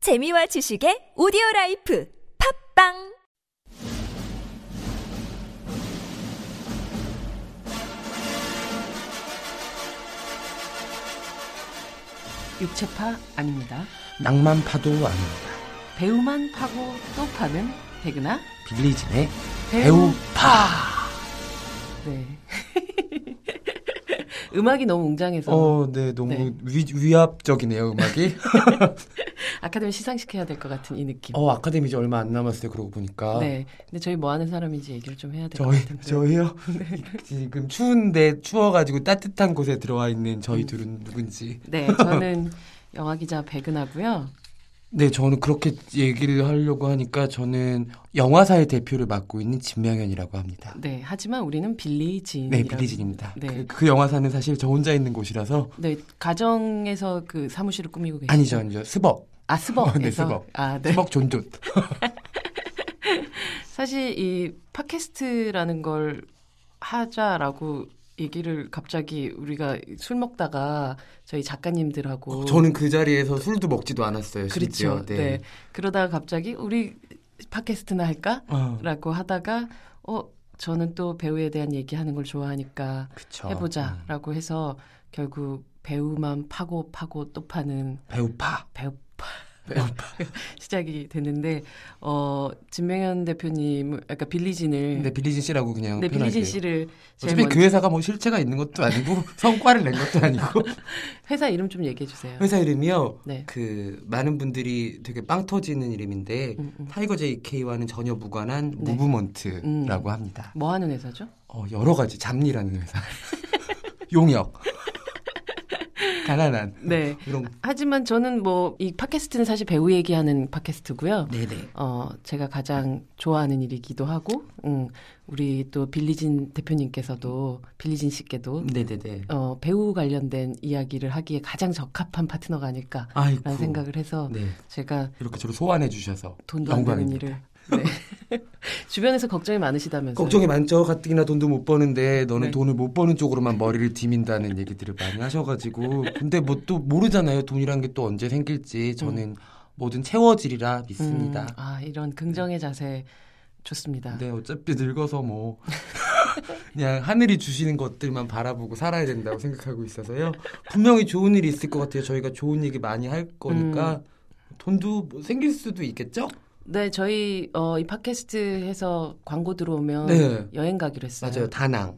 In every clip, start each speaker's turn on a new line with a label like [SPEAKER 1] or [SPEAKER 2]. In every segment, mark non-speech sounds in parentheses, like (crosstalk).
[SPEAKER 1] 재미와 지식의 오디오 라이프 팝빵
[SPEAKER 2] 육체파 아닙니다.
[SPEAKER 3] 낭만파도 아닙니다.
[SPEAKER 2] 배우만 파고 또 파는 백은하
[SPEAKER 3] 빌리진의
[SPEAKER 2] 배우.
[SPEAKER 3] 배우파.
[SPEAKER 2] 네. (laughs) 음악이 너무 웅장해서
[SPEAKER 3] 어, 네, 너무
[SPEAKER 2] 네.
[SPEAKER 3] 위, 위압적이네요,
[SPEAKER 2] (laughs)
[SPEAKER 3] 음악이.
[SPEAKER 2] 아카데미 시상식해야 될 것 같은 이 느낌.
[SPEAKER 3] 어, 아카데미 이제 얼마 안 남았어요, 그러고 보니까.
[SPEAKER 2] 네. 근데 저희 뭐 하는 사람인지 얘기를 좀 해야 될 것
[SPEAKER 3] 아. 저희,
[SPEAKER 2] 같은데. (laughs)
[SPEAKER 3] 저희요?
[SPEAKER 2] 네.
[SPEAKER 3] 지금 추운데 추워가지고 따뜻한 곳에 들어와 있는 저희
[SPEAKER 2] 음.
[SPEAKER 3] 둘은 누군지.
[SPEAKER 2] 네, 저는 영화 기자 백은하고요.
[SPEAKER 3] 네, 저는 그렇게 얘기를 하려고 하니까 저는 영화사의 대표를 맡고 있는 진명현이라고 합니다.
[SPEAKER 2] 네, 하지만 우리는 빌리 진.
[SPEAKER 3] 네, 빌리진입니다.
[SPEAKER 2] 네.
[SPEAKER 3] 그, 그 영화사는 사실 저 혼자 있는 곳이라서.
[SPEAKER 2] 네, 가정에서 그 사무실을 꾸미고 계시죠.
[SPEAKER 3] 아니죠, 아니죠. 스벅.
[SPEAKER 2] 아, 스벅에서.
[SPEAKER 3] 네, 스벅.
[SPEAKER 2] 아, 네.
[SPEAKER 3] 스벅 존존.
[SPEAKER 2] 사실 이 팟캐스트라는 걸 하자라고 얘기를 갑자기 우리가 술 먹다가 저희 작가님들하고
[SPEAKER 3] 저는 그 자리에서 술도 먹지도 않았어요.
[SPEAKER 2] 그렇죠.
[SPEAKER 3] 심지어.
[SPEAKER 2] 네. 그러다가 갑자기 우리 팟캐스트나 할까라고
[SPEAKER 3] 어,
[SPEAKER 2] 하다가 어 저는 또 배우에 대한 얘기하는 걸 좋아하니까
[SPEAKER 3] 그쵸. 음.
[SPEAKER 2] 해보자라고 해서 결국 배우만 파고 파고 또 파는
[SPEAKER 3] 배우파.
[SPEAKER 2] 배우
[SPEAKER 3] (laughs) 배우파.
[SPEAKER 2] (laughs) 시작이 됐는데 어 진명현 대표님 아까 빌리진을
[SPEAKER 3] 근데 빌리진 씨라고 그냥
[SPEAKER 2] 네,
[SPEAKER 3] 어, 편하게.
[SPEAKER 2] 빌리진 씨를 제일
[SPEAKER 3] 어차피
[SPEAKER 2] 먼저
[SPEAKER 3] 그 회사가 뭐 실체가 있는 것도 아니고 (laughs) 성과를 낸 것도
[SPEAKER 2] (laughs)
[SPEAKER 3] 아니고
[SPEAKER 2] 회사 이름 좀 얘기해 주세요.
[SPEAKER 3] 회사 이름이요.
[SPEAKER 2] 네.
[SPEAKER 3] 그 많은 분들이 되게 빵 터지는 이름인데
[SPEAKER 2] 음, 음.
[SPEAKER 3] 타이거 JK와는 전혀 무관한
[SPEAKER 2] 네.
[SPEAKER 3] 무브먼트라고 합니다.
[SPEAKER 2] 뭐 하는 회사죠?
[SPEAKER 3] 어, 여러 가지 잡니라는
[SPEAKER 2] (laughs)
[SPEAKER 3] 회사. 용역. 가난한.
[SPEAKER 2] 네.
[SPEAKER 3] 이런.
[SPEAKER 2] 하지만 저는 뭐 이 팟캐스트는 사실 배우 얘기하는 팟캐스트고요.
[SPEAKER 3] 네네.
[SPEAKER 2] 어, 제가 가장 좋아하는 일이기도 하고, 음, 우리 또 빌리진 대표님께서도 빌리진
[SPEAKER 3] 음.
[SPEAKER 2] 씨께도
[SPEAKER 3] 네네네.
[SPEAKER 2] 어, 배우 관련된 이야기를 하기에 가장 적합한 파트너가 아닐까라는
[SPEAKER 3] 아이고.
[SPEAKER 2] 생각을 해서
[SPEAKER 3] 네.
[SPEAKER 2] 제가
[SPEAKER 3] 이렇게 저를 소환해 주셔서
[SPEAKER 2] 돈도 안 되는
[SPEAKER 3] 영광입니다.
[SPEAKER 2] 일을 네. (laughs) 주변에서 걱정이 많으시다면서요.
[SPEAKER 3] 걱정이 많죠. 가뜩이나 돈도 못 버는데 너는
[SPEAKER 2] 네.
[SPEAKER 3] 돈을 못 버는 쪽으로만 머리를 디민다는 얘기들을 많이 하셔가지고 근데 뭐 또 모르잖아요. 돈이란 게 또 언제 생길지 저는 뭐든 채워지리라 믿습니다.
[SPEAKER 2] 음, 아, 이런 긍정의 자세 좋습니다.
[SPEAKER 3] 근데 어차피 늙어서 뭐 (laughs) 그냥 하늘이 주시는 것들만 바라보고 살아야 된다고 생각하고 있어서요. 분명히 좋은 일이 있을 것 같아요. 저희가 좋은 얘기 많이 할 거니까
[SPEAKER 2] 음.
[SPEAKER 3] 돈도 뭐 생길 수도 있겠죠?
[SPEAKER 2] 네, 저희 어, 이 팟캐스트에서 광고 들어오면
[SPEAKER 3] 네.
[SPEAKER 2] 여행 가기로 했어요.
[SPEAKER 3] 맞아요. 다낭.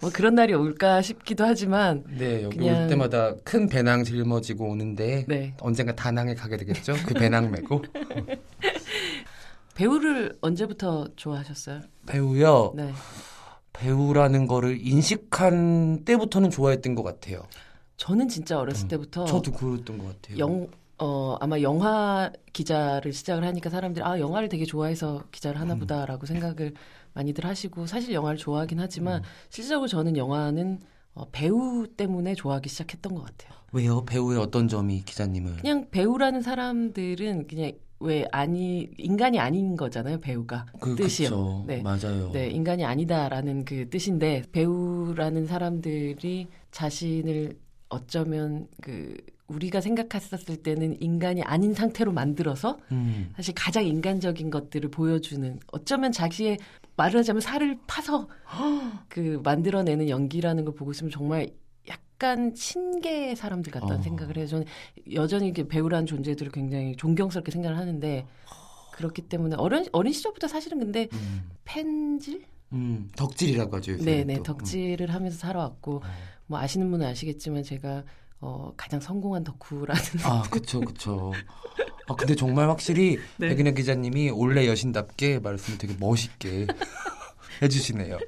[SPEAKER 2] 뭐 그런 날이 올까 싶기도 하지만
[SPEAKER 3] 네, 여기
[SPEAKER 2] 그냥-
[SPEAKER 3] 올 때마다 큰 배낭 짊어지고 오는데
[SPEAKER 2] 네.
[SPEAKER 3] 언젠가 다낭에 가게 되겠죠? 그 배낭
[SPEAKER 2] (laughs)
[SPEAKER 3] 메고
[SPEAKER 2] 배우를 언제부터 좋아하셨어요?
[SPEAKER 3] 배우요.
[SPEAKER 2] 네.
[SPEAKER 3] 배우라는 거를 인식한 때부터는 좋아했던 것 같아요.
[SPEAKER 2] 저는 진짜 어렸을 때부터
[SPEAKER 3] 음, 저도 그랬던 것 같아요.
[SPEAKER 2] 영, 어, 아마 영화 기자를 시작을 하니까 사람들이 아, 영화를 되게 좋아해서 기자를
[SPEAKER 3] 음.
[SPEAKER 2] 하나 보다라고 생각을 많이들 하시고 사실 영화를 좋아하긴 하지만
[SPEAKER 3] 음.
[SPEAKER 2] 실질적으로 저는 영화는 어, 배우 때문에 좋아하기 시작했던 것 같아요.
[SPEAKER 3] 왜요? 배우의 어떤 점이 기자님을?
[SPEAKER 2] 그냥 배우라는 사람들은 그냥 왜 아니 인간이 아닌 거잖아요 배우가
[SPEAKER 3] 그,
[SPEAKER 2] 뜻이요.
[SPEAKER 3] 그쵸.
[SPEAKER 2] 네.
[SPEAKER 3] 맞아요.
[SPEAKER 2] 네 인간이 아니다라는 그 뜻인데 배우라는 사람들이 자신을 어쩌면 그 우리가 생각했었을 때는 인간이 아닌 상태로 만들어서
[SPEAKER 3] 음.
[SPEAKER 2] 사실 가장 인간적인 것들을 보여주는 어쩌면 자기의 말하자면 살을
[SPEAKER 3] (gasps)
[SPEAKER 2] 파서 그 만들어내는 연기라는 걸 보고 있으면 정말 약간 신기의 사람들 같다는
[SPEAKER 3] 어.
[SPEAKER 2] 생각을 해요. 저는 여전히 이렇게 배우라는 존재들을 굉장히 존경스럽게 생각을 하는데 그렇기 때문에 어린 어린 시절부터 사실은 근데
[SPEAKER 3] 음.
[SPEAKER 2] 팬질,
[SPEAKER 3] 음. 덕질이라고 하죠. 요새는
[SPEAKER 2] 네네
[SPEAKER 3] 또.
[SPEAKER 2] 덕질을 하면서 살아왔고
[SPEAKER 3] 음.
[SPEAKER 2] 뭐 아시는 분은 아시겠지만 제가 어, 가장 성공한 덕후라는
[SPEAKER 3] 아, 그쵸, 그쵸. 아, 근데 정말 확실히
[SPEAKER 2] 네.
[SPEAKER 3] 백은혜 기자님이 올레 여신답게 말씀을 되게 멋있게 (laughs) 해주시네요.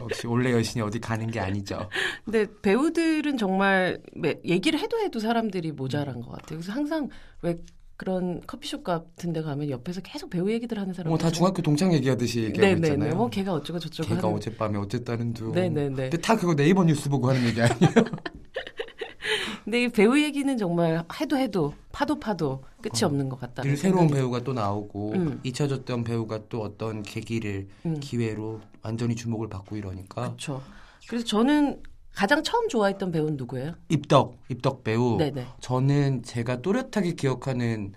[SPEAKER 3] 역시 올레 여신이 어디 가는 게 아니죠.
[SPEAKER 2] 근데 배우들은 정말 매- 얘기를 해도 해도 사람들이 모자란 것 같아요. 그래서 항상 왜 그런 커피숍 같은 데 가면 옆에서 계속 배우 얘기들 하는 사람
[SPEAKER 3] 뭐 다 중학교 동창 얘기하듯이 얘기하고
[SPEAKER 2] 네네네.
[SPEAKER 3] 있잖아요.
[SPEAKER 2] 뭐 걔가 어쩌고 저쩌고
[SPEAKER 3] 걔가
[SPEAKER 2] 하는
[SPEAKER 3] 어젯밤에 어쨌다는 둥.
[SPEAKER 2] 네네네.
[SPEAKER 3] 근데 다 그거 네이버 뉴스 보고 하는
[SPEAKER 2] (laughs)
[SPEAKER 3] 얘기 아니에요?
[SPEAKER 2] 근데 이 배우 얘기는 정말 해도 해도 파도 파도 끝이 없는 것 같다.
[SPEAKER 3] 어. 늘 새로운 배우가 또 나오고
[SPEAKER 2] 네, 음.
[SPEAKER 3] 잊혀졌던 배우가 또 어떤 계기를
[SPEAKER 2] 음. 그
[SPEAKER 3] 기회로 완전히 주목을 받고 이러니까
[SPEAKER 2] 그렇죠. 그래서 저는 가장 처음 좋아했던 배우는 누구예요?
[SPEAKER 3] 입덕, 입덕 배우.
[SPEAKER 2] 네네.
[SPEAKER 3] 저는 제가 또렷하게 기억하는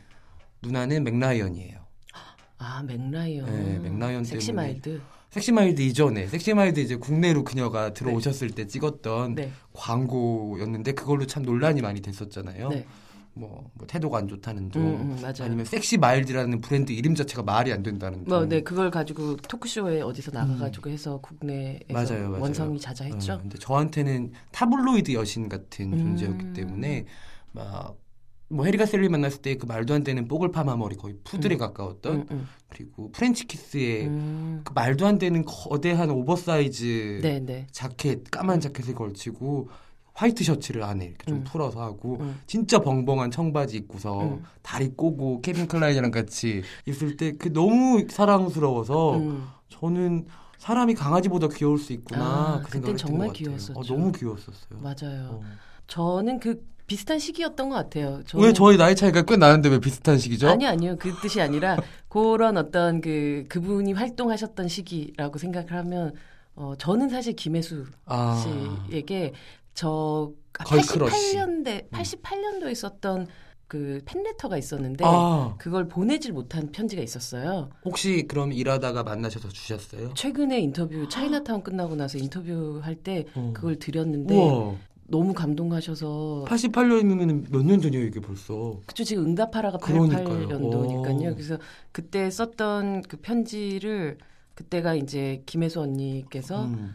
[SPEAKER 3] 누나는 맥라이언이에요.
[SPEAKER 2] 아 맥라이언.
[SPEAKER 3] 네, 맥라이언
[SPEAKER 2] 섹시
[SPEAKER 3] 때문에.
[SPEAKER 2] 마일드.
[SPEAKER 3] 섹시마일드 이전에, 섹시마일드 이제 국내로 그녀가 들어오셨을 때 찍었던
[SPEAKER 2] 네.
[SPEAKER 3] 광고였는데 그걸로 참 논란이 많이 됐었잖아요.
[SPEAKER 2] 네.
[SPEAKER 3] 뭐, 뭐 태도가 안 좋다는 둥,
[SPEAKER 2] 음, 음, 맞아요.
[SPEAKER 3] 아니면 섹시마일드라는 브랜드 이름 자체가 말이 안 된다는 둥.
[SPEAKER 2] 뭐, 네, 그걸 가지고 토크쇼에 어디서 나가가지고 해서 국내에서
[SPEAKER 3] 음. 맞아요, 맞아요.
[SPEAKER 2] 원성이 자자했죠.
[SPEAKER 3] 어, 근데 저한테는 타블로이드 여신 같은
[SPEAKER 2] 음.
[SPEAKER 3] 존재였기 때문에 막 뭐 해리가 셀리 만났을 때 그 말도 안 되는 뽀글 파마 머리 거의 푸들에 가까웠던
[SPEAKER 2] 음, 음.
[SPEAKER 3] 그리고 프렌치 키스의
[SPEAKER 2] 음.
[SPEAKER 3] 그 말도 안 되는 거대한 오버사이즈
[SPEAKER 2] 네, 네.
[SPEAKER 3] 자켓 까만 자켓을 걸치고 화이트 셔츠를 안에 이렇게 좀
[SPEAKER 2] 음.
[SPEAKER 3] 풀어서 하고
[SPEAKER 2] 음.
[SPEAKER 3] 진짜 벙벙한 청바지 입고서
[SPEAKER 2] 음.
[SPEAKER 3] 다리 꼬고 케빈 클라인이랑 같이 있을 때 그 너무 사랑스러워서
[SPEAKER 2] 음.
[SPEAKER 3] 저는 사람이 강아지보다 귀여울 수 있구나
[SPEAKER 2] 아,
[SPEAKER 3] 그
[SPEAKER 2] 그땐
[SPEAKER 3] 생각을
[SPEAKER 2] 정말
[SPEAKER 3] 했던 것 같아요. 어,
[SPEAKER 2] 귀여웠었죠.
[SPEAKER 3] 너무 귀여웠었어요.
[SPEAKER 2] 맞아요.
[SPEAKER 3] 어.
[SPEAKER 2] 저는 그 비슷한 시기였던 것 같아요. 저는-
[SPEAKER 3] 왜 저희 나이 차이가 꽤 나는데 왜 비슷한 시기죠?
[SPEAKER 2] 아니요, 아니요. 그 뜻이 아니라 그런 어떤 그 그분이 활동하셨던 시기라고 생각을 하면 어 저는 사실 김혜수
[SPEAKER 3] 아,
[SPEAKER 2] 씨에게 예, 저
[SPEAKER 3] 거의 크러쉬. 음.
[SPEAKER 2] 88년대 88년도에 있었던 그 팬레터가 있었는데
[SPEAKER 3] 아,
[SPEAKER 2] 그걸 보내질 못한 편지가 있었어요.
[SPEAKER 3] 혹시 그럼 일하다가 만나셔서 주셨어요?
[SPEAKER 2] 최근에 인터뷰 차이나타운 끝나고 나서 인터뷰할 때
[SPEAKER 3] 어.
[SPEAKER 2] 그걸 드렸는데
[SPEAKER 3] 우와,
[SPEAKER 2] 너무 감동하셔서
[SPEAKER 3] 88년이면 몇 년 전이에요 이게 벌써.
[SPEAKER 2] 그쵸 지금 응답하라가
[SPEAKER 3] 그러니까요.
[SPEAKER 2] 88년도니까요.
[SPEAKER 3] 오.
[SPEAKER 2] 그래서 그때 썼던 그 편지를 그때가 이제 김혜수 언니께서
[SPEAKER 3] 음.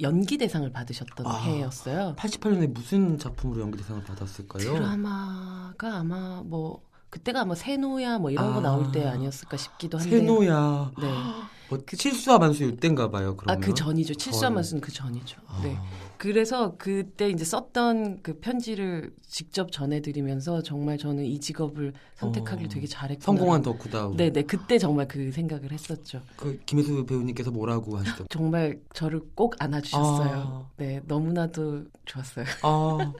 [SPEAKER 2] 연기 대상을 받으셨던
[SPEAKER 3] 아.
[SPEAKER 2] 해였어요.
[SPEAKER 3] 88년에 무슨 작품으로 연기 대상을 받았을까요?
[SPEAKER 2] 드라마가 아마 뭐 그때가 아마 세노야 뭐 이런
[SPEAKER 3] 아.
[SPEAKER 2] 거 나올 때 아니었을까 싶기도 한데.
[SPEAKER 3] 세노야.
[SPEAKER 2] 네.
[SPEAKER 3] 뭐, 칠수와 만수 이때인가 봐요. 그러면. 아.
[SPEAKER 2] 아그 전이죠. 칠수한만 수는 그 전이죠. 네. 그래서 그때 이제 썼던 그 편지를 직접 전해드리면서 정말 저는 이 직업을 선택하길
[SPEAKER 3] 어.
[SPEAKER 2] 되게 잘했구나.
[SPEAKER 3] 성공한 덕후다운.
[SPEAKER 2] 네네 그때 정말 그 생각을 했었죠.
[SPEAKER 3] 그 김혜수 배우님께서 뭐라고 하시죠?
[SPEAKER 2] 정말 저를 꼭 안아주셨어요.
[SPEAKER 3] 아.
[SPEAKER 2] 네 너무나도 좋았어요.
[SPEAKER 3] 아,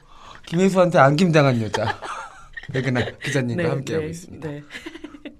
[SPEAKER 3] 김혜수한테 안김당한 여자. (laughs) 백은하 기자님과
[SPEAKER 2] 네,
[SPEAKER 3] 함께하고
[SPEAKER 2] 네,
[SPEAKER 3] 있습니다.
[SPEAKER 2] 네. (laughs)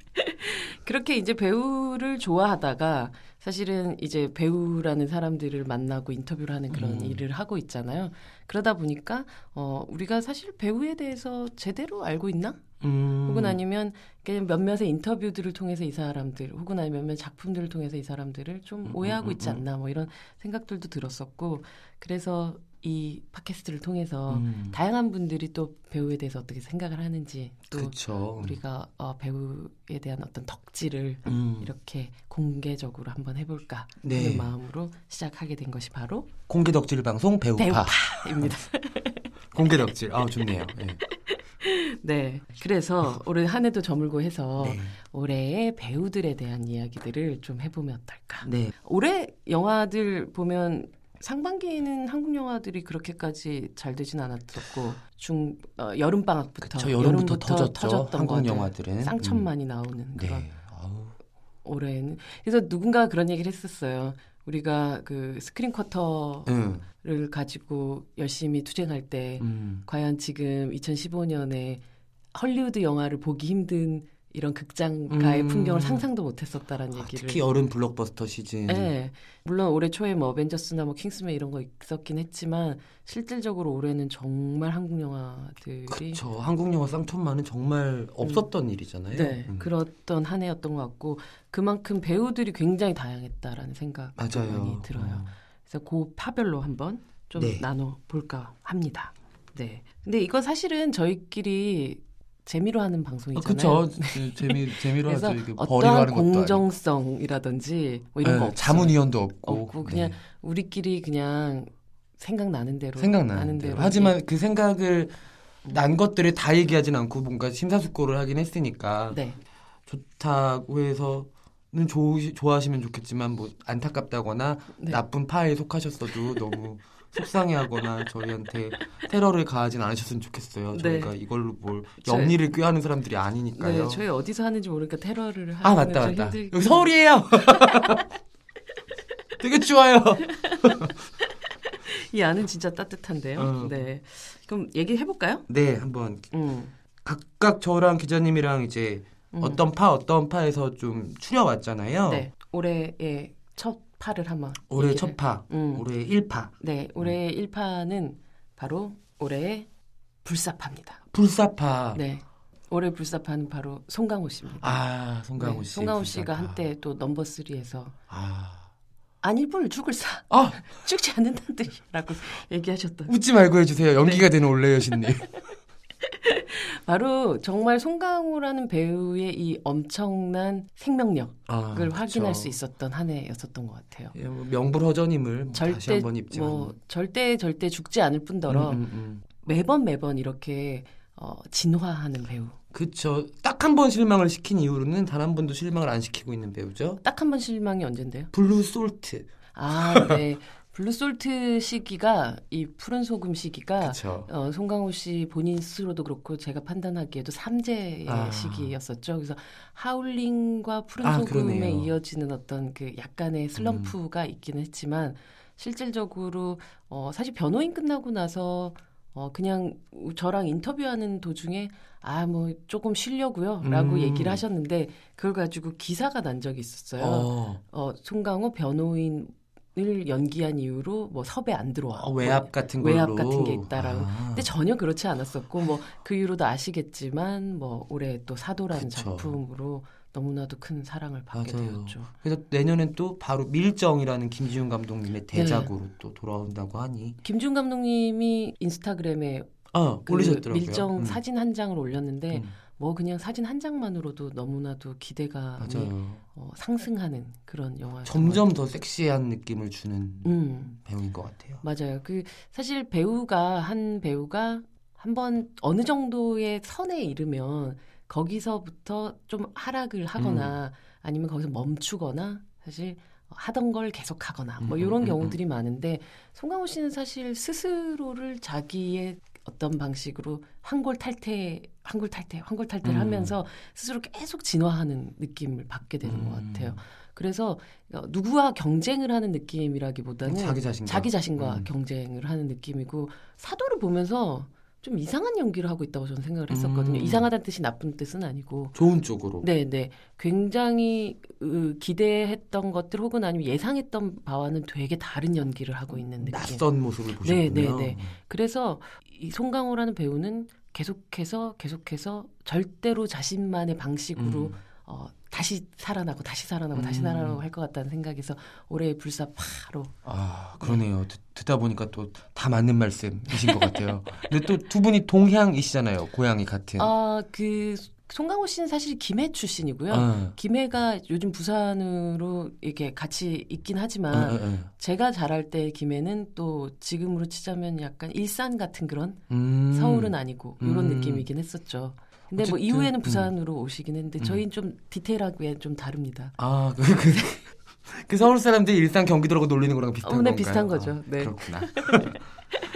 [SPEAKER 2] 그렇게 이제 배우를 좋아하다가 사실은 이제 배우라는 사람들을 만나고 인터뷰를 하는 그런
[SPEAKER 3] 음.
[SPEAKER 2] 일을 하고 있잖아요. 그러다 보니까 어 우리가 사실 배우에 대해서 제대로 알고 있나?
[SPEAKER 3] 음,
[SPEAKER 2] 혹은 아니면 그냥 몇몇의 인터뷰들을 통해서 이 사람들 혹은 아니면 몇몇 작품들을 통해서 이 사람들을 좀
[SPEAKER 3] 음,
[SPEAKER 2] 오해하고
[SPEAKER 3] 음,
[SPEAKER 2] 있지
[SPEAKER 3] 음, 음.
[SPEAKER 2] 않나 뭐 이런 생각들도 들었었고 그래서 이 팟캐스트를 통해서
[SPEAKER 3] 음,
[SPEAKER 2] 다양한 분들이 또 배우에 대해서 어떻게 생각을 하는지 또
[SPEAKER 3] 그쵸.
[SPEAKER 2] 우리가 어, 배우에 대한 어떤 덕질을
[SPEAKER 3] 음,
[SPEAKER 2] 이렇게 공개적으로 한번 해볼까
[SPEAKER 3] 네.
[SPEAKER 2] 하는 마음으로 시작하게 된 것이 바로
[SPEAKER 3] (laughs) 공개 덕질 방송 배우파.
[SPEAKER 2] 배우파입니다.
[SPEAKER 3] 공개 덕질. 아, 좋네요. 네.
[SPEAKER 2] 네, 그래서 올해 한 해도 저물고 해서
[SPEAKER 3] 네.
[SPEAKER 2] 올해의 배우들에 대한 이야기들을 좀 해보면 어떨까.
[SPEAKER 3] 네.
[SPEAKER 2] 올해 영화들 보면 상반기에는 한국 영화들이 그렇게까지 잘 되진 않았었고 중 어, 여름 방학부터
[SPEAKER 3] 저 여름부터, 터졌죠.
[SPEAKER 2] 터졌던
[SPEAKER 3] 한국
[SPEAKER 2] 것들.
[SPEAKER 3] 영화들은.
[SPEAKER 2] 쌍천만이 나오는
[SPEAKER 3] 음.
[SPEAKER 2] 그런
[SPEAKER 3] 네. 아우.
[SPEAKER 2] 올해는 그래서 누군가 그런 얘기를 했었어요. 우리가 그 스크린 쿼터를
[SPEAKER 3] 응.
[SPEAKER 2] 가지고 열심히 투쟁할 때
[SPEAKER 3] 음.
[SPEAKER 2] 과연 지금 2015년에 헐리우드 영화를 보기 힘든 이런 극장가의
[SPEAKER 3] 음.
[SPEAKER 2] 풍경을 상상도 못했었다라는
[SPEAKER 3] 아,
[SPEAKER 2] 얘기를.
[SPEAKER 3] 특히 여름 블록버스터 시즌.
[SPEAKER 2] 예. 물론 올해 초에 뭐 어벤져스나 뭐 킹스맨 이런 거 있었긴 했지만 실질적으로 올해는 정말 한국 영화들이
[SPEAKER 3] 그쵸. 한국 영화 쌍촌만은 정말 없었던 일이잖아요.
[SPEAKER 2] 음. 네
[SPEAKER 3] 음.
[SPEAKER 2] 그랬던 한 해였던 것 같고 그만큼 배우들이 굉장히 다양했다라는 생각
[SPEAKER 3] 맞아요.
[SPEAKER 2] 많이 들어요.
[SPEAKER 3] 어.
[SPEAKER 2] 그래서 그 파별로 한번 좀
[SPEAKER 3] 네.
[SPEAKER 2] 나눠 볼까 합니다. 네. 근데 이거 사실은 저희끼리 재미로 하는
[SPEAKER 3] 아,
[SPEAKER 2] 방송이잖아요.
[SPEAKER 3] 그쵸. 제- 재미,
[SPEAKER 2] (laughs)
[SPEAKER 3] 재미로
[SPEAKER 2] 그래서
[SPEAKER 3] 하죠. 이게 버리고
[SPEAKER 2] 어떠한
[SPEAKER 3] 하는 것도 아니고.
[SPEAKER 2] 공정성이라든지 뭐 이런
[SPEAKER 3] 네,
[SPEAKER 2] 거 없어요.
[SPEAKER 3] 자문위원도 없고,
[SPEAKER 2] 없고 그냥
[SPEAKER 3] 네.
[SPEAKER 2] 우리끼리 그냥 생각나는 대로 음.
[SPEAKER 3] 생각나는
[SPEAKER 2] 나는
[SPEAKER 3] 대로. 하지만 그 생각을 난 것들을 다 얘기하진 않고 뭔가 심사숙고를 하긴 했으니까
[SPEAKER 2] 네.
[SPEAKER 3] 좋다고 해서는 좋으시, 좋아하시면 좋겠지만 뭐 안타깝다거나
[SPEAKER 2] 네.
[SPEAKER 3] 나쁜 파에
[SPEAKER 2] (laughs)
[SPEAKER 3] 속하셨어도 너무 속상해하거나 저희한테 테러를 가하진 않으셨으면 좋겠어요.
[SPEAKER 2] 네.
[SPEAKER 3] 저희가 이걸로 뭘
[SPEAKER 2] 저희-
[SPEAKER 3] 영리를 꾀하는 사람들이
[SPEAKER 2] 네,
[SPEAKER 3] 아니니까요.
[SPEAKER 2] 저희 어디서 하는지 모르니까 테러를 하는
[SPEAKER 3] 아 맞다
[SPEAKER 2] 좀
[SPEAKER 3] 맞다.
[SPEAKER 2] 힘들...
[SPEAKER 3] 여기 서울이에요. 되게 좋아요.
[SPEAKER 2] (laughs) 이 안은 진짜 따뜻한데요.
[SPEAKER 3] 어.
[SPEAKER 2] 네. 그럼 얘기해 볼까요?
[SPEAKER 3] 네 한번
[SPEAKER 2] 음.
[SPEAKER 3] 각각 저랑 기자님이랑 이제
[SPEAKER 2] 음.
[SPEAKER 3] 어떤 파 어떤 파에서 좀 추려왔잖아요.
[SPEAKER 2] 네. 올해의 첫 파를 한번
[SPEAKER 3] 올해
[SPEAKER 2] 얘기를-
[SPEAKER 3] 첫 파,
[SPEAKER 2] 음.
[SPEAKER 3] 올해 1파.
[SPEAKER 2] 네, 올해 일 1파는 바로 올해의 불사파입니다.
[SPEAKER 3] 불사파.
[SPEAKER 2] 네. 올해 불사파는 바로 송강호 씨입니다.
[SPEAKER 3] 아, 송강호
[SPEAKER 2] 네,
[SPEAKER 3] 씨.
[SPEAKER 2] 송강호 씨가
[SPEAKER 3] 불사파.
[SPEAKER 2] 한때 또 넘버 3에서
[SPEAKER 3] 아.
[SPEAKER 2] 안일분을 죽을 사
[SPEAKER 3] 아,
[SPEAKER 2] (laughs) 죽지 않는다들이라고 얘기하셨던
[SPEAKER 3] 웃지 말고 해주세요.
[SPEAKER 2] 네.
[SPEAKER 3] 연기가 되는
[SPEAKER 2] (laughs)
[SPEAKER 3] 올레 여신님.
[SPEAKER 2] 바로 정말 송강호라는 배우의 이 엄청난 생명력을
[SPEAKER 3] 아,
[SPEAKER 2] 확인할
[SPEAKER 3] 그쵸.
[SPEAKER 2] 수 있었던 한 해였었던 것 같아요.
[SPEAKER 3] 예, 뭐 명불허전임을 뭐 다시
[SPEAKER 2] 절대
[SPEAKER 3] 한번 입증하는.
[SPEAKER 2] 뭐 절대 절대 죽지 않을 뿐더러
[SPEAKER 3] 음, 음, 음.
[SPEAKER 2] 매번 매번 이렇게 어, 진화하는 배우.
[SPEAKER 3] 그쵸. 딱 한 번 실망을 시킨 이후로는 단 한 번도 실망을 안 시키고 있는 배우죠.
[SPEAKER 2] 딱 한 번 실망이 언젠데요?
[SPEAKER 3] 블루 솔트.
[SPEAKER 2] 아, 네. 블루솔트 시기가 이 푸른 소금 시기가
[SPEAKER 3] 그쵸.
[SPEAKER 2] 어, 송강호 씨 본인 스스로도 그렇고 제가 판단하기에도 삼재의
[SPEAKER 3] 아.
[SPEAKER 2] 시기였었죠. 그래서 하울링과 푸른
[SPEAKER 3] 아,
[SPEAKER 2] 소금에
[SPEAKER 3] 그러네요. 음.
[SPEAKER 2] 이어지는 어떤 그 약간의 슬럼프가 있기는 했지만 실질적으로 어, 사실 변호인 끝나고 나서 어, 그냥 저랑 인터뷰하는 도중에 아, 뭐 조금 쉬려고요. 라고
[SPEAKER 3] 음.
[SPEAKER 2] 얘기를 하셨는데 그걸 가지고 기사가 난 적이 있었어요.
[SPEAKER 3] 어,
[SPEAKER 2] 어, 송강호 변호인을 연기한 이유로 뭐 섭외 안 들어와. 뭐
[SPEAKER 3] 어, 외압 같은 걸로.
[SPEAKER 2] 외압 같은 게 있다라고.
[SPEAKER 3] 아.
[SPEAKER 2] 근데 전혀 그렇지 않았었고 뭐 그 이후로도 아시겠지만 뭐 올해 또 사도라는
[SPEAKER 3] 그쵸.
[SPEAKER 2] 작품으로 너무나도 큰 사랑을 받게
[SPEAKER 3] 맞아요.
[SPEAKER 2] 되었죠.
[SPEAKER 3] 그래서 내년엔 또 바로 밀정이라는 김지훈
[SPEAKER 2] 네.
[SPEAKER 3] 감독님의 대작으로 또 돌아온다고 하니.
[SPEAKER 2] 김준 감독님이 인스타그램에
[SPEAKER 3] 아,
[SPEAKER 2] 그
[SPEAKER 3] 올리셨더라고요.
[SPEAKER 2] 밀정
[SPEAKER 3] 음.
[SPEAKER 2] 사진 한 장을 올렸는데
[SPEAKER 3] 음,
[SPEAKER 2] 뭐 그냥 사진 한 장만으로도 너무나도 기대감이
[SPEAKER 3] 맞아요.
[SPEAKER 2] 어, 상승하는 그런 영화.
[SPEAKER 3] 점점 더 섹시한 느낌을 주는
[SPEAKER 2] 아, 음.
[SPEAKER 3] 배우인 것 같아요.
[SPEAKER 2] 맞아요. 그 사실 배우가 한 배우가 한 번 어느 정도의 선에 이르면 거기서부터 좀 하락을 하거나
[SPEAKER 3] 음.
[SPEAKER 2] 아니면 거기서 멈추거나 사실 하던 걸 계속하거나 뭐
[SPEAKER 3] 음,
[SPEAKER 2] 이런
[SPEAKER 3] 음,
[SPEAKER 2] 경우들이 많은데 송강호 씨는 사실 스스로를 자기의 어떤 방식으로 환골 탈태, 환골 탈태, 환골 탈태를
[SPEAKER 3] 음.
[SPEAKER 2] 하면서 스스로 계속 진화하는 느낌을 받게 되는 것
[SPEAKER 3] 음.
[SPEAKER 2] 같아요. 그래서 누구와 경쟁을 하는 느낌이라기보다는
[SPEAKER 3] 자기 자신과.
[SPEAKER 2] 자기 자신과
[SPEAKER 3] 음.
[SPEAKER 2] 경쟁을 하는 느낌이고 사도를 보면서 좀 이상한 연기를 하고 있다고 저는 생각을 했었거든요.
[SPEAKER 3] 음.
[SPEAKER 2] 이상하다는 뜻이 나쁜 뜻은 아니고.
[SPEAKER 3] 좋은 쪽으로.
[SPEAKER 2] 네, 네. 굉장히 으, 기대했던 것들 혹은 아니면 예상했던 바와는 되게 다른 연기를 하고 있는 느낌.
[SPEAKER 3] 낯선 모습을
[SPEAKER 2] 네,
[SPEAKER 3] 보셨군요.
[SPEAKER 2] 네, 네. 그래서 이 송강호라는 배우는 계속해서 계속해서 절대로 자신만의 방식으로
[SPEAKER 3] 음.
[SPEAKER 2] 어, 다시 살아나고 다시 살아나고 다시
[SPEAKER 3] 음.
[SPEAKER 2] 살아나고 할 것 같다는 생각에서 올해의 불사파로
[SPEAKER 3] 아, 그러네요. 듣, 듣다 보니까 또 다 맞는 말씀이신 것 같아요. 근데 또 두 분이 동향이시잖아요. 고향이 같은. 어.
[SPEAKER 2] 아, 그 송강호 씨는 사실 김해 출신이고요.
[SPEAKER 3] 아,
[SPEAKER 2] 김해가 요즘 부산으로 이렇게 같이 있긴 하지만
[SPEAKER 3] 아, 아,
[SPEAKER 2] 제가 자랄 때 김해는 또 지금으로 치자면 약간 일산 같은 그런
[SPEAKER 3] 아. 음.
[SPEAKER 2] 서울은 아니고 이런
[SPEAKER 3] 음.
[SPEAKER 2] 느낌이긴 했었죠. 근데 뭐
[SPEAKER 3] 어쨌든,
[SPEAKER 2] 이후에는
[SPEAKER 3] 음.
[SPEAKER 2] 부산으로 오시긴 했는데
[SPEAKER 3] 음.
[SPEAKER 2] 저희는 좀 디테일하게 좀 다릅니다.
[SPEAKER 3] 아, 그, 그, 그 서울 사람들이 일상 경기도라고 놀리는 거랑 비슷한
[SPEAKER 2] 어, 네,
[SPEAKER 3] 건가요?
[SPEAKER 2] 비슷한 거죠.
[SPEAKER 3] 아,
[SPEAKER 2] 네.
[SPEAKER 3] 그렇구나. (laughs)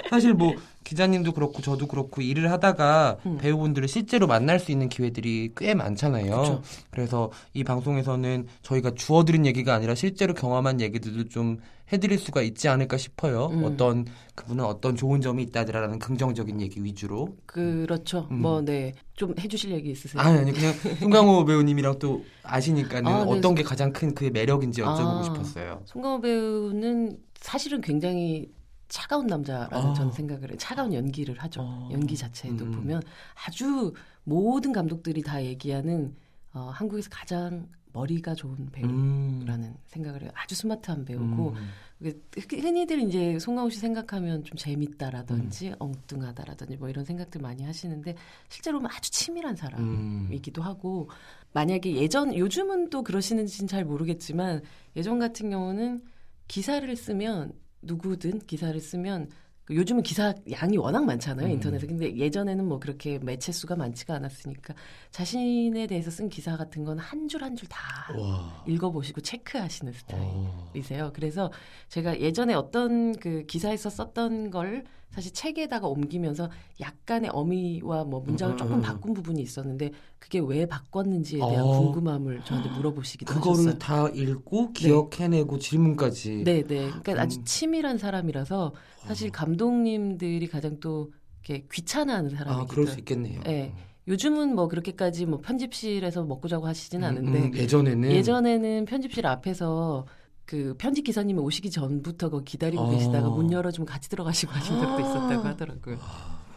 [SPEAKER 3] 사실 뭐 기자님도 그렇고 저도 그렇고 일을 하다가
[SPEAKER 2] 음.
[SPEAKER 3] 배우분들을 실제로 만날 수 있는 기회들이 꽤 많잖아요.
[SPEAKER 2] 그쵸.
[SPEAKER 3] 그래서이 방송에서는 저희가 주어드린 얘기가 아니라 실제로 경험한 얘기들도 좀 해드릴 수가 있지 않을까 싶어요.
[SPEAKER 2] 음.
[SPEAKER 3] 어떤 그분은 어떤 좋은 점이 있다더라라는 긍정적인 얘기 위주로.
[SPEAKER 2] 그렇죠.
[SPEAKER 3] 음.
[SPEAKER 2] 뭐 네. 좀 해주실 얘기 있으세요?
[SPEAKER 3] 아니 아니
[SPEAKER 2] (laughs)
[SPEAKER 3] 그냥 송강호 배우님이랑 또 아시니까는
[SPEAKER 2] 네. 아, 네.
[SPEAKER 3] 어떤 게 가장 큰 그의 매력인지 여쭤보고
[SPEAKER 2] 아.
[SPEAKER 3] 싶었어요.
[SPEAKER 2] 송강호 배우는 사실은 굉장히 차가운 남자라는
[SPEAKER 3] 아.
[SPEAKER 2] 저는 생각을 해요. 차가운 연기를 하죠.
[SPEAKER 3] 아.
[SPEAKER 2] 연기 자체에도
[SPEAKER 3] 음.
[SPEAKER 2] 보면 아주 모든 감독들이 다 얘기하는 어, 한국에서 가장 머리가 좋은 배우라는
[SPEAKER 3] 음.
[SPEAKER 2] 생각을 해요. 아주 스마트한 배우고
[SPEAKER 3] 음.
[SPEAKER 2] 흔- 흔히들 이제 송강호 씨 생각하면 좀 재밌다라든지
[SPEAKER 3] 음.
[SPEAKER 2] 엉뚱하다라든지 뭐 이런 생각들 많이 하시는데 실제로 는 아주 치밀한 사람.
[SPEAKER 3] 음.
[SPEAKER 2] 이기도 하고 만약에 예전 요즘은 또 그러시는지는 잘 모르겠지만 예전 같은 경우는 기사를 쓰면 누구든 기사를 쓰면 그 요즘은 기사 양이 워낙 많잖아요
[SPEAKER 3] 음.
[SPEAKER 2] 인터넷에 근데 예전에는 뭐 그렇게 매체 수가 많지가 않았으니까 자신에 대해서 쓴 기사 같은 건 한 줄 한 줄
[SPEAKER 3] 어.
[SPEAKER 2] 다
[SPEAKER 3] 와.
[SPEAKER 2] 읽어보시고 체크하시는 스타일.
[SPEAKER 3] 어.
[SPEAKER 2] 아, 이세요. 그래서 제가 예전에 어떤 그 기사에서 썼던 걸 사실 책에다가 옮기면서 약간의 어미와 뭐 문장을
[SPEAKER 3] 음, 음,
[SPEAKER 2] 조금
[SPEAKER 3] 음.
[SPEAKER 2] 바꾼 부분이 있었는데 그게 왜 바꿨는지에 대한
[SPEAKER 3] 어.
[SPEAKER 2] 궁금함을 저한테 물어보시기도
[SPEAKER 3] 그거를
[SPEAKER 2] 하셨어요.
[SPEAKER 3] 다 읽고 기억해내고 질문까지.
[SPEAKER 2] 네, 네. 그러니까 아주
[SPEAKER 3] 음. 어.
[SPEAKER 2] 치밀한 사람이라서 사실 그 감독님들이 가장 또 이렇게 귀찮아하는
[SPEAKER 3] 아,
[SPEAKER 2] 사람이기도
[SPEAKER 3] 그럴 수
[SPEAKER 2] 해요.
[SPEAKER 3] 있겠네요. 음,
[SPEAKER 2] 네. 요즘은 뭐 그렇게까지 뭐 편집실에서 먹고 자고 하시진
[SPEAKER 3] 음,
[SPEAKER 2] 않은데
[SPEAKER 3] 음, 예전에는
[SPEAKER 2] 예전에는 편집실 앞에서 그 편집 기사님이 오시기 전부터 그 기다리고
[SPEAKER 3] 어.
[SPEAKER 2] 계시다가 문 열어주면 같이 들어가시고 하신
[SPEAKER 3] 아.
[SPEAKER 2] 적도 있었다고 하더라고요.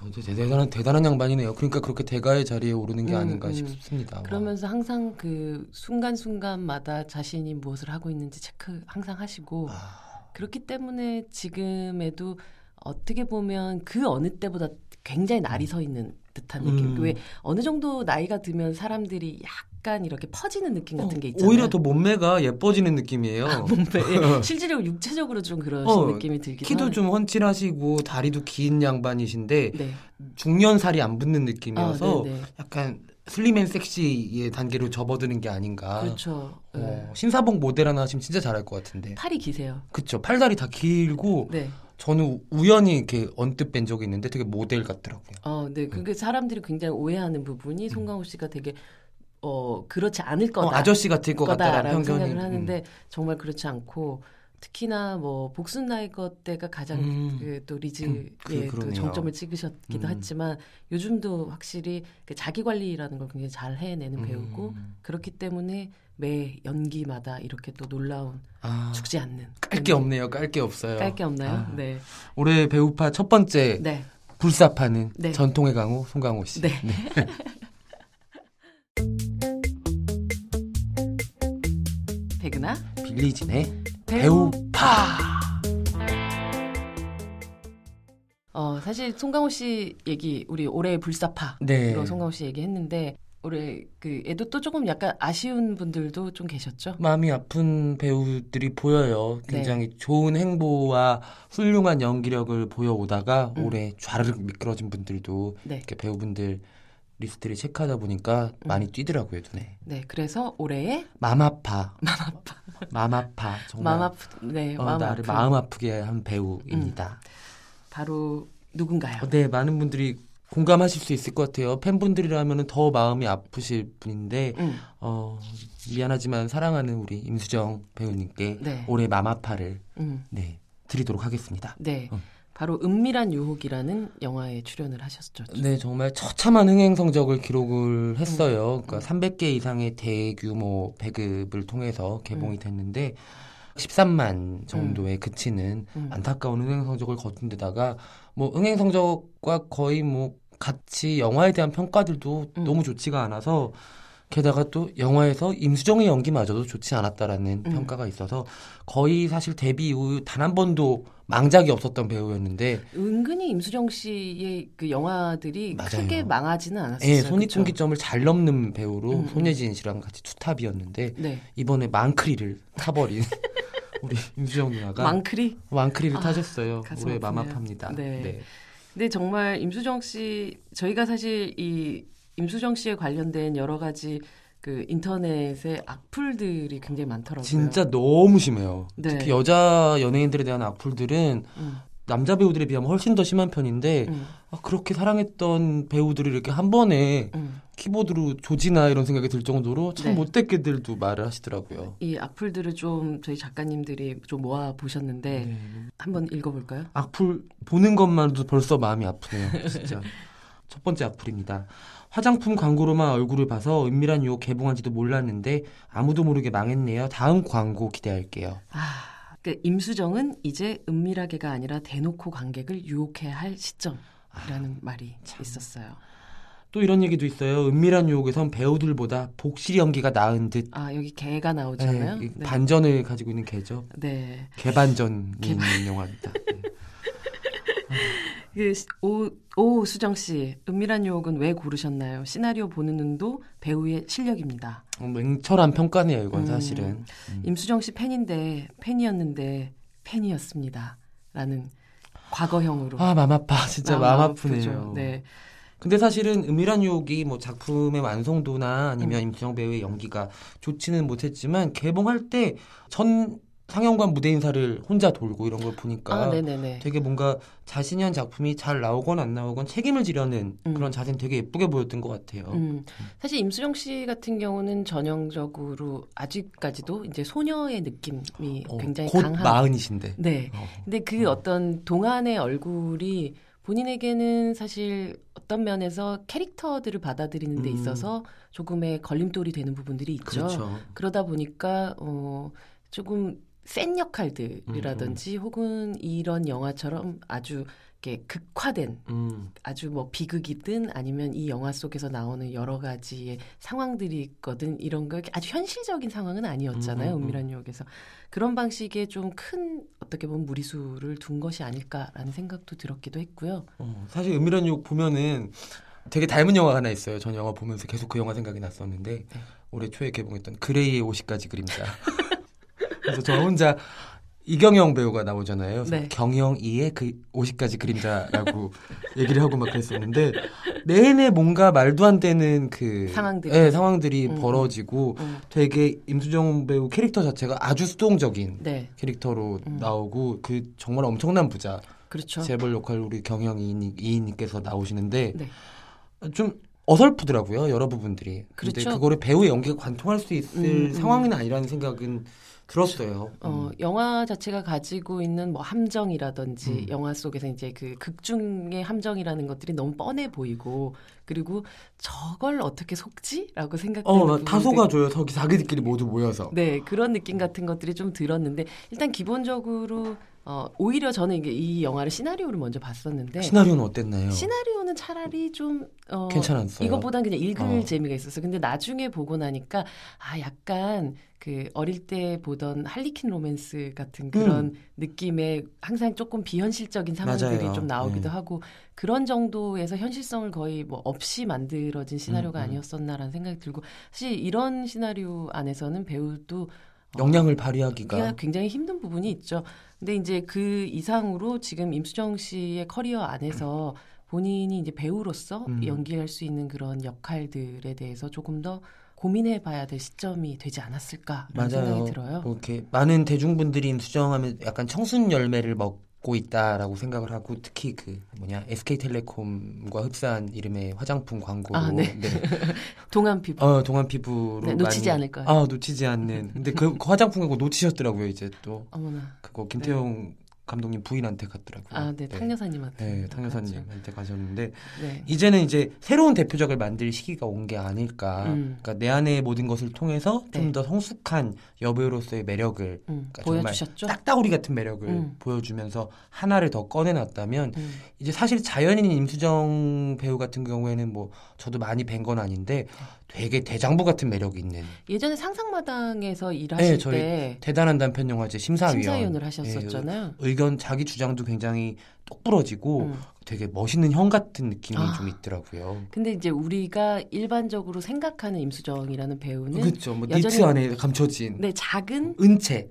[SPEAKER 3] 어, 대- 대단한 대단한 양반이네요. 그러니까 그렇게 대가의 자리에 오르는 게
[SPEAKER 2] 음,
[SPEAKER 3] 아닌가
[SPEAKER 2] 음.
[SPEAKER 3] 싶습니다. 와.
[SPEAKER 2] 그러면서 항상 그 순간순간마다 자신이 무엇을 하고 있는지 체크 항상 하시고
[SPEAKER 3] 아,
[SPEAKER 2] 그렇기 때문에 지금에도 어떻게 보면 그 어느 때보다 굉장히 날이 서 있는 듯한 느낌.
[SPEAKER 3] 음.
[SPEAKER 2] 왜 어느 정도 나이가 들면 사람들이 약간 이렇게 퍼지는 느낌 같은 게
[SPEAKER 3] 어,
[SPEAKER 2] 있잖아요.
[SPEAKER 3] 오히려 더 몸매가 예뻐지는 느낌이에요.
[SPEAKER 2] (laughs) 네, 실제로 육체적으로 좀 그러신
[SPEAKER 3] 어,
[SPEAKER 2] 느낌이 들기도
[SPEAKER 3] 키도
[SPEAKER 2] 하네요.
[SPEAKER 3] 좀 헌칠하시고 다리도 긴 양반이신데
[SPEAKER 2] 네.
[SPEAKER 3] 중년 살이 안 붙는
[SPEAKER 2] 아,
[SPEAKER 3] 느낌이어서
[SPEAKER 2] 네, 네.
[SPEAKER 3] 약간 슬림앤 섹시의 단계로 접어드는 게 아닌가.
[SPEAKER 2] 그렇죠.
[SPEAKER 3] 어,
[SPEAKER 2] 네.
[SPEAKER 3] 신사복 모델 하나 하시면 진짜 잘할 것 같은데.
[SPEAKER 2] 팔이 기세요.
[SPEAKER 3] 그쵸. 팔다리 다 길고
[SPEAKER 2] 네.
[SPEAKER 3] 저는 우연히 이렇게 언뜻 뵌 적이 있는데 되게 모델 같더라고요.
[SPEAKER 2] 어,
[SPEAKER 3] 음.
[SPEAKER 2] 네. 그게 사람들이 굉장히 오해하는 부분이 송강호 씨가 되게 어, 그렇지 않을
[SPEAKER 3] 어,
[SPEAKER 2] 거다.
[SPEAKER 3] 아저씨 같을 것 같다라는
[SPEAKER 2] 거다라고
[SPEAKER 3] 편견이. 음.
[SPEAKER 2] 생각을 하는데 정말 그렇지 않고 특히나 뭐 복순 나이거 때가 가장
[SPEAKER 3] 음.
[SPEAKER 2] 그 또 리즈의 예,
[SPEAKER 3] 음, 그-
[SPEAKER 2] 또
[SPEAKER 3] 그러네요.
[SPEAKER 2] 정점을 찍으셨기도
[SPEAKER 3] 음.
[SPEAKER 2] 했지만 요즘도 확실히 그 자기 관리라는 걸 굉장히 잘 해내는
[SPEAKER 3] 음.
[SPEAKER 2] 배우고 그렇기 때문에 매 연기마다 이렇게 또 놀라운
[SPEAKER 3] 아,
[SPEAKER 2] 죽지 않는
[SPEAKER 3] 깔 게 없네요. 깔 게 없어요.
[SPEAKER 2] 깔게 없나요?
[SPEAKER 3] 아.
[SPEAKER 2] 네,
[SPEAKER 3] 올해 배우파 첫 번째
[SPEAKER 2] 네,
[SPEAKER 3] 불사파는
[SPEAKER 2] 네.
[SPEAKER 3] 전통의 강호 송강호 씨.
[SPEAKER 2] 네. (laughs) 백은아
[SPEAKER 3] 빌리진의
[SPEAKER 2] 배우.
[SPEAKER 3] 배우파.
[SPEAKER 2] 어 사실 송강호 씨 얘기 우리 올해의 불사파
[SPEAKER 3] 네.
[SPEAKER 2] 로 송강호 씨 얘기했는데 올해 그 애도 또 조금 약간 아쉬운 분들도 좀 계셨죠.
[SPEAKER 3] 마음이 아픈 배우들이 보여요.
[SPEAKER 2] 네.
[SPEAKER 3] 굉장히 좋은 행보와 훌륭한 연기력을 보여오다가
[SPEAKER 2] 음.
[SPEAKER 3] 올해 좌르륵 미끄러진 분들도
[SPEAKER 2] 네,
[SPEAKER 3] 이렇게 배우분들 리스트를 체크하다 보니까
[SPEAKER 2] 음.
[SPEAKER 3] 많이 뛰더라고요 눈에.
[SPEAKER 2] 네 그래서 올해의
[SPEAKER 3] 맘아파. 맘아파. 맘아파. 정말
[SPEAKER 2] 마음 아프 네
[SPEAKER 3] 어,
[SPEAKER 2] 마음
[SPEAKER 3] 나를
[SPEAKER 2] 아픈 음.
[SPEAKER 3] 마음 아프게 한 배우입니다.
[SPEAKER 2] 바로 누군가요?
[SPEAKER 3] 어, 네 많은 분들이 공감하실 수 있을 것 같아요. 팬분들이라면 더 마음이 아프실 분인데
[SPEAKER 2] 음,
[SPEAKER 3] 어, 미안하지만 사랑하는 우리 임수정 배우님께
[SPEAKER 2] 네.
[SPEAKER 3] 올해 맘아파를
[SPEAKER 2] 음,
[SPEAKER 3] 네, 드리도록 하겠습니다.
[SPEAKER 2] 네
[SPEAKER 3] 어.
[SPEAKER 2] 바로 은밀한 유혹이라는 영화에 출연을 하셨죠.
[SPEAKER 3] 네, 정말 처참한 흥행 성적을 기록을 했어요. 그러니까 300개 이상의 대규모 배급을 통해서 개봉이 됐는데 13만 정도에 그치는
[SPEAKER 2] 음.
[SPEAKER 3] 안타까운 흥행 성적을 거둔 데다가 뭐 흥행 성적과 거의 뭐 같이 영화에 대한 평가들도
[SPEAKER 2] 음.
[SPEAKER 3] 너무 좋지가 않아서 게다가 또 영화에서 임수정의 연기마저도 좋지 않았다라는
[SPEAKER 2] 음.
[SPEAKER 3] 평가가 있어서 거의 사실 데뷔 이후 단 한 번도 망작이 없었던 배우였는데
[SPEAKER 2] 은근히 임수정 씨의 그 영화들이
[SPEAKER 3] 맞아요.
[SPEAKER 2] 크게 망하지는 않았어요.
[SPEAKER 3] 예,
[SPEAKER 2] 그쵸?
[SPEAKER 3] 손익분기점을 잘 넘는 배우로
[SPEAKER 2] 음, 음.
[SPEAKER 3] 손예진 씨랑 같이 투탑이었는데
[SPEAKER 2] 네
[SPEAKER 3] 이번에 망크리를 타버린 (laughs) 우리 임수정 누나가 망...
[SPEAKER 2] 망크리. 아,
[SPEAKER 3] 크리를 타셨어요.
[SPEAKER 2] 가슴
[SPEAKER 3] 올해
[SPEAKER 2] 아프네요.
[SPEAKER 3] 마마팝니다.
[SPEAKER 2] 네. 근데 정말 임수정 씨 저희가 사실 이 임수정 씨에 관련된 여러 가지 그 인터넷에 악플들이 굉장히 많더라고요.
[SPEAKER 3] 진짜 너무 심해요.
[SPEAKER 2] 네.
[SPEAKER 3] 특히 여자 연예인들에 대한 악플들은
[SPEAKER 2] 음,
[SPEAKER 3] 남자 배우들에 비하면 훨씬 더 심한 편인데
[SPEAKER 2] 음,
[SPEAKER 3] 아, 그렇게 사랑했던 배우들이 이렇게 한 번에
[SPEAKER 2] 음.
[SPEAKER 3] 키보드로 조지나 이런 생각이 들 정도로 참
[SPEAKER 2] 네.
[SPEAKER 3] 못됐게들도 말을 하시더라고요.
[SPEAKER 2] 이 악플들을 좀 저희 작가님들이 좀 모아 보셨는데
[SPEAKER 3] 네.
[SPEAKER 2] 한번 읽어볼까요?
[SPEAKER 3] 악플 보는 것만도 벌써
[SPEAKER 2] (laughs)
[SPEAKER 3] 마음이 아프네요. 진짜. 첫 번째 악플입니다. 화장품 광고로만 얼굴을 봐서 은밀한 유혹 개봉한지도 몰랐는데 아무도 모르게 망했네요. 다음 광고 기대할게요.
[SPEAKER 2] 아, 그 임수정은 이제 은밀하게가 아니라 대놓고 관객을 유혹해야 할
[SPEAKER 3] 아,
[SPEAKER 2] 시점이라는 말이 있었어요.
[SPEAKER 3] 또 이런 얘기도 있어요. 은밀한 유혹에선 배우들보다 복실 연기가 나은 듯
[SPEAKER 2] 아 여기 개가
[SPEAKER 3] 네,
[SPEAKER 2] 나오잖아요.
[SPEAKER 3] 이
[SPEAKER 2] 네.
[SPEAKER 3] 반전을 가지고 있는 개죠.
[SPEAKER 2] 네.
[SPEAKER 3] 개반전이 있는 영화입니다. 네.
[SPEAKER 2] 그 시- 오, 오 수정 씨 은밀한 유혹은 왜 고르셨나요? 시나리오 보는 눈도 배우의 실력입니다.
[SPEAKER 3] 어, 냉철한 평가네요. 이건
[SPEAKER 2] 음.
[SPEAKER 3] 사실은. 음.
[SPEAKER 2] 임수정 씨 팬인데 팬이었는데 팬이었습니다.라는 과거형으로
[SPEAKER 3] 아, 맘 아파. 진짜
[SPEAKER 2] 아,
[SPEAKER 3] 마음
[SPEAKER 2] 아프죠.
[SPEAKER 3] 아프네요.
[SPEAKER 2] 네,
[SPEAKER 3] 근데 사실은 은밀한 유혹이 뭐 작품의 완성도나
[SPEAKER 2] 음.
[SPEAKER 3] 아니면 임수정 배우의 연기가 좋지는 못했지만 개봉할 때 전 상영관 무대 인사를 혼자 돌고 이런 걸 보니까
[SPEAKER 2] 아 네네네.
[SPEAKER 3] 그러니까 되게 뭔가 자신이 한 작품이 잘 나오건 안 나오건 책임을 지려는
[SPEAKER 2] 음.
[SPEAKER 3] 그런 자세는 되게 예쁘게 보였던 것 같아요.
[SPEAKER 2] 음, 사실 임수정 씨 같은 경우는 전형적으로 아직까지도 이제 소녀의 느낌이
[SPEAKER 3] 어,
[SPEAKER 2] 굉장히
[SPEAKER 3] 곧
[SPEAKER 2] 강한.
[SPEAKER 3] 마흔이신데.
[SPEAKER 2] 네.
[SPEAKER 3] 어.
[SPEAKER 2] 근데 그 어떤 동안의 얼굴이 본인에게는 사실 어떤 면에서 캐릭터들을 받아들이는 데
[SPEAKER 3] 음.
[SPEAKER 2] 있어서 조금의 걸림돌이 되는 부분들이 있죠.
[SPEAKER 3] 그렇죠.
[SPEAKER 2] 러다 보니까 어 조금 센 역할들이라든지 혹은 이런 영화처럼 아주 이렇게 극화된
[SPEAKER 3] 음.
[SPEAKER 2] 아주 뭐 비극이든 아니면 이 영화 속에서 나오는 여러 가지의 상황들이 있거든 이런 거 이렇게 아주 현실적인 상황은 아니었잖아요
[SPEAKER 3] 음, 음, 음.
[SPEAKER 2] 은밀한 유혹에서 그런 방식의 좀 큰 어떻게 보면 무리수를 둔 것이 아닐까라는 생각도 들었기도 했고요
[SPEAKER 3] 어, 사실 은밀한 유혹 보면은 되게 닮은 영화가 하나 있어요. 전 영화 보면서 계속 그 영화 생각이 났었는데
[SPEAKER 2] 네.
[SPEAKER 3] 올해 초에 개봉했던 그레이의 50가지 그림자. (laughs) 그래서 저 혼자 이경영 배우가 나오잖아요. 그래서
[SPEAKER 2] 네.
[SPEAKER 3] 경영이의 그 50가지 그림자라고 (laughs) 얘기를 하고 막 그랬었는데 내내 뭔가 말도 안 되는 그
[SPEAKER 2] 상황들이.
[SPEAKER 3] 예, 상황들이
[SPEAKER 2] 음,
[SPEAKER 3] 벌어지고
[SPEAKER 2] 음.
[SPEAKER 3] 되게 임수정 배우 캐릭터 자체가 아주 수동적인
[SPEAKER 2] 네
[SPEAKER 3] 캐릭터로
[SPEAKER 2] 음.
[SPEAKER 3] 나오고 그 정말 엄청난 부자
[SPEAKER 2] 그렇죠
[SPEAKER 3] 재벌 역할 우리 경영 이인님께서 나오시는데
[SPEAKER 2] 네.
[SPEAKER 3] 좀 어설프더라고요 여러 부분들이. 근데
[SPEAKER 2] 그렇죠.
[SPEAKER 3] 그거를 배우의 연기가 관통할 수 있을
[SPEAKER 2] 음, 음.
[SPEAKER 3] 상황은 아니라는 생각은 들었어요.
[SPEAKER 2] 어, 영화 자체가 가지고 있는 뭐 함정이라든지
[SPEAKER 3] 음.
[SPEAKER 2] 영화 속에서 이제 그 극중의 함정이라는 것들이 너무 뻔해 보이고 그리고 저걸 어떻게 속지라고 생각되는
[SPEAKER 3] 어,
[SPEAKER 2] 부분들.
[SPEAKER 3] 다소가 줘요. 저기 자기들끼리 모두 모여서.
[SPEAKER 2] 네 그런 느낌 같은 것들이 좀 들었는데 일단 기본적으로 어, 오히려 저는 이게 이 영화를 시나리오를 먼저 봤었는데
[SPEAKER 3] 시나리오는 어땠나요?
[SPEAKER 2] 네. 시나리오는 차라리 좀 어,
[SPEAKER 3] 괜찮았어요.
[SPEAKER 2] 이것보단 그냥 읽을
[SPEAKER 3] 어.
[SPEAKER 2] 재미가 있었어. 근데 나중에 보고 나니까 아 약간 그 어릴 때 보던 할리퀸 로맨스 같은 그런 느낌의 항상 조금 비현실적인 상황들이
[SPEAKER 3] 음. 맞아요.
[SPEAKER 2] 좀 나오기도
[SPEAKER 3] 네.
[SPEAKER 2] 하고 그런 정도에서 현실성을 거의 뭐 없이 만들어진 시나리오가
[SPEAKER 3] 음, 음.
[SPEAKER 2] 아니었었나라는 생각이 들고 사실 이런 시나리오 안에서는 배우도 어,
[SPEAKER 3] 역량을
[SPEAKER 2] 그게
[SPEAKER 3] 발휘하기가
[SPEAKER 2] 굉장히 힘든 부분이 있죠. 근데 이제 그 이상으로 지금 임수정 씨의 커리어 안에서 본인이 이제 배우로서
[SPEAKER 3] 음.
[SPEAKER 2] 연기할 수 있는 그런 역할들에 대해서 조금 더 고민해 봐야 될 시점이 되지 않았을까 라는
[SPEAKER 3] 맞아요.
[SPEAKER 2] 생각이 들어요.
[SPEAKER 3] 뭐 이렇게 많은 대중분들이 임수정하면 약간 청순 열매를 먹고 있다라고 생각을 하고 특히 그 뭐냐 SK텔레콤과 흡사한 이름의 화장품 광고로
[SPEAKER 2] 아, 네.
[SPEAKER 3] 네.
[SPEAKER 2] 동안 피부.
[SPEAKER 3] 어, 동안 피부로
[SPEAKER 2] 네, 놓치지
[SPEAKER 3] 많이-
[SPEAKER 2] 않을 거예요.
[SPEAKER 3] 아, 놓치지 않는. 근데 그, 그 화장품 광고 놓치셨더라고요, 이제 또.
[SPEAKER 2] 어머나.
[SPEAKER 3] 그거 김태용 감독님 부인한테 갔더라고요.
[SPEAKER 2] 네. 아, 네. 탕여사님한테.
[SPEAKER 3] 네, 탕여사님한테 가셨는데
[SPEAKER 2] 네.
[SPEAKER 3] 이제는 이제 새로운 대표작을 만들 시기가 온 게 아닐까.
[SPEAKER 2] 음.
[SPEAKER 3] 그러니까 내 안의 모든 것을 통해서 좀
[SPEAKER 2] 네.
[SPEAKER 3] 더 성숙한 여배우로서의 매력을
[SPEAKER 2] 음,
[SPEAKER 3] 그러니까 정말
[SPEAKER 2] 보여주셨죠?
[SPEAKER 3] 딱따구리 같은 매력을
[SPEAKER 2] 음.
[SPEAKER 3] 보여주면서 하나를 더 꺼내놨다면
[SPEAKER 2] 음,
[SPEAKER 3] 이제 사실 자연인 임수정 배우 같은 경우에는 뭐 저도 많이 뵌 건
[SPEAKER 2] 네.
[SPEAKER 3] 아닌데 되게 대장부 같은 매력이 있는
[SPEAKER 2] 예전에 상상마당에서 일하실
[SPEAKER 3] 네, 저희
[SPEAKER 2] 때
[SPEAKER 3] 대단한 단편 영화제 심사위원
[SPEAKER 2] 심사위원을
[SPEAKER 3] 예,
[SPEAKER 2] 하셨었잖아요.
[SPEAKER 3] 의견 자기 주장도 굉장히 똑부러지고
[SPEAKER 2] 음.
[SPEAKER 3] 되게 멋있는 형 같은 느낌이
[SPEAKER 2] 아.
[SPEAKER 3] 좀 있더라고요.
[SPEAKER 2] 근데 이제 우리가 일반적으로 생각하는 임수정이라는 배우는
[SPEAKER 3] 그렇죠. 뭐
[SPEAKER 2] 네. 여전히-
[SPEAKER 3] 니트 안에 감춰진
[SPEAKER 2] 네, 작은
[SPEAKER 3] 은채.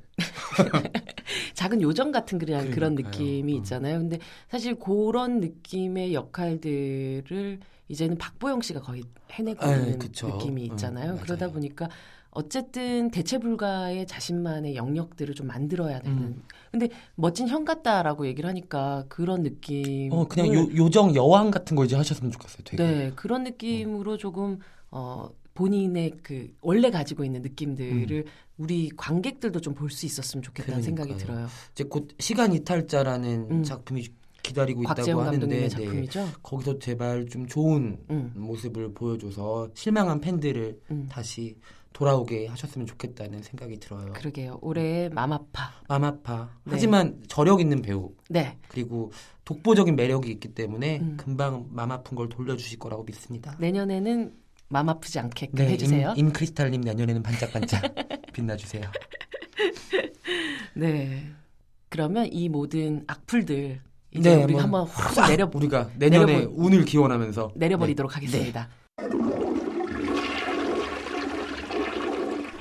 [SPEAKER 2] 작은 요정 같은 그냥 그런
[SPEAKER 3] 그러니까요.
[SPEAKER 2] 느낌이
[SPEAKER 3] 음.
[SPEAKER 2] 있잖아요. 근데 사실 그런 느낌의 역할들을 이제는 박보영 씨가 거의 해내고
[SPEAKER 3] 네,
[SPEAKER 2] 있는
[SPEAKER 3] 그쵸.
[SPEAKER 2] 느낌이
[SPEAKER 3] 음,
[SPEAKER 2] 있잖아요.
[SPEAKER 3] 맞아요.
[SPEAKER 2] 그러다 보니까 어쨌든 대체 불가의 자신만의 영역들을 좀 만들어야 되는.
[SPEAKER 3] 음.
[SPEAKER 2] 근데 멋진 형 같다라고 얘기를 하니까 그런 느낌.
[SPEAKER 3] 어 그냥 요, 요정 여왕 같은 걸 이제 하셨으면 좋겠어요. 되게.
[SPEAKER 2] 음. 네, 그런 느낌으로 조금 어 본인의 그 원래 가지고 있는 느낌들을 우리 관객들도 좀 볼 수 있었으면 좋겠다는 생각이
[SPEAKER 3] 음. 그러니까요.
[SPEAKER 2] 들어요.
[SPEAKER 3] 이제 곧 시간 이탈자라는
[SPEAKER 2] 음.
[SPEAKER 3] 작품이 기다리고 있다고
[SPEAKER 2] 곽재훈
[SPEAKER 3] 하는데
[SPEAKER 2] 감독님의
[SPEAKER 3] 네.
[SPEAKER 2] 작품이죠.
[SPEAKER 3] 거기서 제발 좀 좋은
[SPEAKER 2] 음.
[SPEAKER 3] 모습을 보여줘서 실망한 팬들을
[SPEAKER 2] 음.
[SPEAKER 3] 다시 돌아오게 하셨으면 좋겠다는 생각이 들어요.
[SPEAKER 2] 그러게요. 올해의 맘아파.
[SPEAKER 3] 맘아파.
[SPEAKER 2] 네.
[SPEAKER 3] 하지만 저력 있는 배우
[SPEAKER 2] 네.
[SPEAKER 3] 그리고 독보적인 매력이 있기 때문에
[SPEAKER 2] 음.
[SPEAKER 3] 금방 맘 아픈 걸 돌려주실 거라고 믿습니다.
[SPEAKER 2] 내년에는 맘 아프지 않게끔 네. 해주세요.
[SPEAKER 3] 네, 임, 임크리스탈님
[SPEAKER 2] (laughs)
[SPEAKER 3] 내년에는 반짝반짝 빛나주세요.
[SPEAKER 2] 네. 그러면 이 모든 악플들 이제
[SPEAKER 3] 네,
[SPEAKER 2] 우리
[SPEAKER 3] 뭐-
[SPEAKER 2] 한번 확 내려
[SPEAKER 3] 우리가 내년에
[SPEAKER 2] 내려보-
[SPEAKER 3] 운을 기원하면서
[SPEAKER 2] 내려버리도록 하겠습니다.
[SPEAKER 3] 네.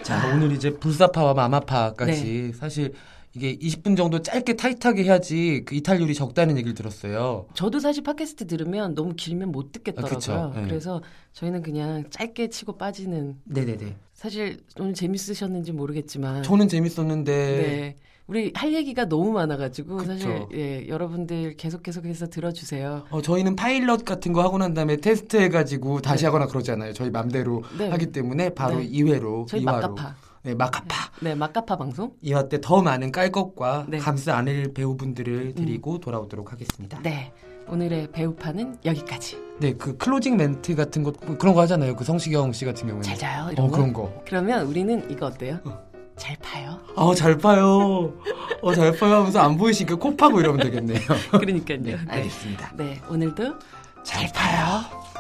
[SPEAKER 3] 자
[SPEAKER 2] 아.
[SPEAKER 3] 오늘 이제 불사파와 맘
[SPEAKER 2] 네.
[SPEAKER 3] 아파까지 사실 이게 20분 정도 짧게 타이트하게 해야지 그 이탈률이 적다는 얘기를 들었어요.
[SPEAKER 2] 저도 사실 팟캐스트 들으면 너무 길면 못
[SPEAKER 3] 아,
[SPEAKER 2] 듣겠더라고요.
[SPEAKER 3] 그쵸. 네.
[SPEAKER 2] 그래서 저희는 그냥 짧게 치고 빠지는
[SPEAKER 3] 네네네.
[SPEAKER 2] 사실 오늘 재밌으셨는지 모르겠지만
[SPEAKER 3] 저는 재밌었는데
[SPEAKER 2] 네. 우리 할 얘기가 너무 많아가지고 사실
[SPEAKER 3] 그쵸.
[SPEAKER 2] 예, 여러분들 계속 계속해서 들어주세요.
[SPEAKER 3] 어, 저희는 파일럿 같은 거 하고 난 다음에 테스트 해가지고 다시 하거나 그러잖아요. 저희 맘대로
[SPEAKER 2] 네.
[SPEAKER 3] 하기 때문에 바로
[SPEAKER 2] 네.
[SPEAKER 3] 2회로
[SPEAKER 2] 저희
[SPEAKER 3] 2화로
[SPEAKER 2] 막가파.
[SPEAKER 3] 네, 마카파.
[SPEAKER 2] 네, 막가파 방송.
[SPEAKER 3] 이화 때 더 많은 깔 것과
[SPEAKER 2] 네.
[SPEAKER 3] 감스 안을 배우분들을 드리고 돌아오도록 하겠습니다.
[SPEAKER 2] 네. 오늘의 배우판은 여기까지.
[SPEAKER 3] 네, 그 클로징 멘트 같은 뭐 것 그런 거 하잖아요. 그 성시경 씨 같은 경우에는.
[SPEAKER 2] 잘 자요. 이런
[SPEAKER 3] 어,
[SPEAKER 2] 거.
[SPEAKER 3] 그런 거.
[SPEAKER 2] 그러면 우리는 이거 어때요? 잘 (laughs) 파요.
[SPEAKER 3] 아, 잘 파요. 어, 잘 파요 하면서 안 보이시니까 코 파고 이러면 되겠네요.
[SPEAKER 2] 그러니까요. 네.
[SPEAKER 3] 알겠습니다.
[SPEAKER 2] 네, 오늘도
[SPEAKER 3] 잘 파요.